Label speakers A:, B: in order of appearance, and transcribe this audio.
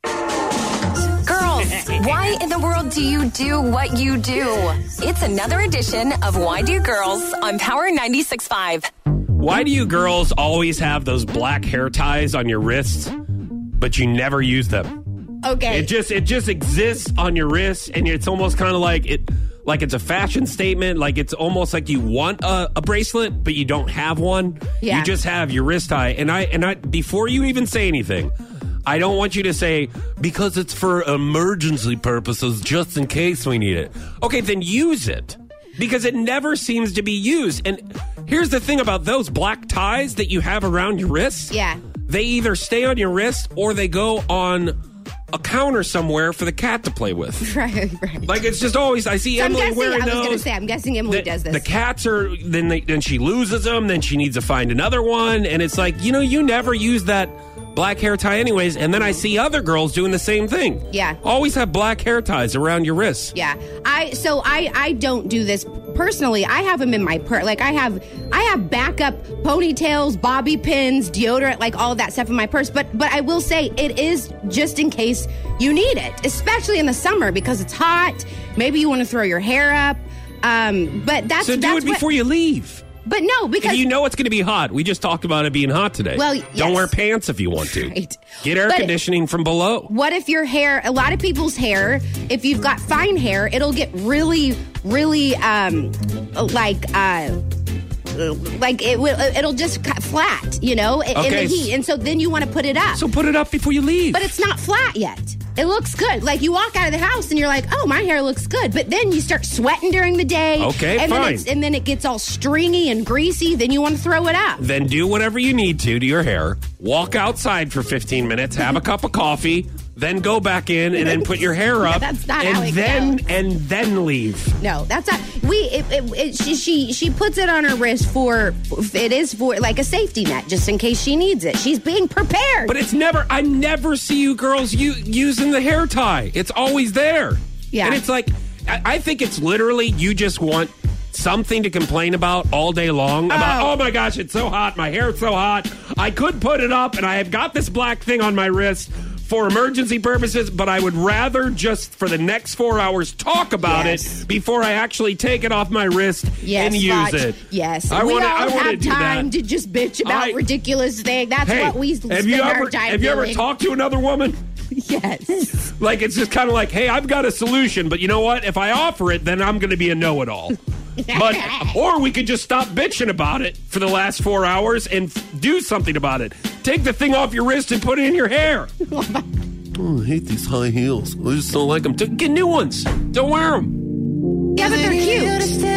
A: Why in the world do you do what you do? It's another edition of Why Do Girls on Power 96.5.
B: Why do you girls always have those black hair ties on your wrists, but you never use them?
C: Okay.
B: It just it just exists on your wrists, and it's almost kind of like it like it's a fashion statement. Like it's almost like you want a, a bracelet, but you don't have one.
C: Yeah.
B: You just have your wrist tie, and I and I before you even say anything. I don't want you to say because it's for emergency purposes, just in case we need it. Okay, then use it because it never seems to be used. And here's the thing about those black ties that you have around your wrists.
C: Yeah.
B: They either stay on your wrist or they go on a counter somewhere for the cat to play with.
C: right, right.
B: Like it's just always I see
C: So I'm
B: Emily
C: guessing, I
B: wearing
C: was going to
B: those.
C: say, I'm guessing Emily
B: the,
C: does this.
B: the cats are then they, then she loses them. Then she needs to find another one, and it's like you know you never use that black hair tie anyways. And then I see other girls doing the same thing.
C: Yeah.
B: always have black hair ties around your wrists.
C: Yeah. I so I I don't do this personally. I have them in my purse. Like I have I have backup ponytails, bobby pins, deodorant, like all that stuff in my purse. But but I will say it is just in case you need it, especially in the summer because it's hot. Maybe you want to throw your hair up. Um, but that's
B: So do
C: that's
B: it before
C: what,
B: you leave.
C: But no,
B: If
C: because
B: you know it's going to be hot, we just talked about it being hot today.
C: Well,
B: don't
C: yes.
B: wear pants if you want to.
C: Right.
B: Get air
C: But-
B: conditioning from below.
C: What if your hair, a lot of people's hair, if you've got fine hair, it'll get really, really, um, like, uh, like it will, it'll just cut flat, you know, in in
B: Okay.
C: the heat. And so then you want to put it up.
B: So put it up before you leave.
C: but it's not flat yet. It looks good. Like you walk out of the house and you're like, "Oh, my hair looks good." But then you start sweating during the day.
B: Okay,
C: and
B: fine.
C: Then it's, and then it gets all stringy and greasy. Then you want to throw it up.
B: then do whatever you need to to your hair. Walk outside for 15 minutes, have a cup of coffee, then go back in and then put your hair up.
C: That's not
B: and
C: how it
B: then
C: goes.
B: and then leave.
C: No, that's not. We it, it, it, she she she puts it on her wrist for it is for like a safety net just in case she needs it. She's being prepared.
B: But it's never I never see you girls u- using the hair tie. It's always there.
C: Yeah.
B: And it's like I, I think it's literally you just want something to complain about all day long about
C: Oh.
B: oh my gosh, it's so hot, my hair's so hot. I could put it up and I have got this black thing on my wrist for emergency purposes, but I would rather just for the next 4 hours talk about
C: Yes.
B: it before I actually take it off my wrist
C: yes,
B: and use
C: Fox,
B: it.
C: Yes,
B: I
C: we
B: wanna,
C: all
B: I wanna
C: have
B: do
C: time
B: that.
C: to just bitch about
B: I-
C: ridiculous thing. That's
B: Hey,
C: what we
B: have
C: spend
B: you
C: our
B: ever
C: time
B: have you ever
C: doing.
B: talked to another woman?
C: Yes.
B: Like it's just kind of like, hey, I've got a solution, but you know what? If I offer it, then I'm going to be a know-it-all. but oh, or we could just stop bitching about it for the last four hours and f- do something about it. Take the thing off your wrist and put it in your hair. oh, I hate these high heels. I just don't like them. Get new ones. Don't wear them.
C: Yeah, but they're cute.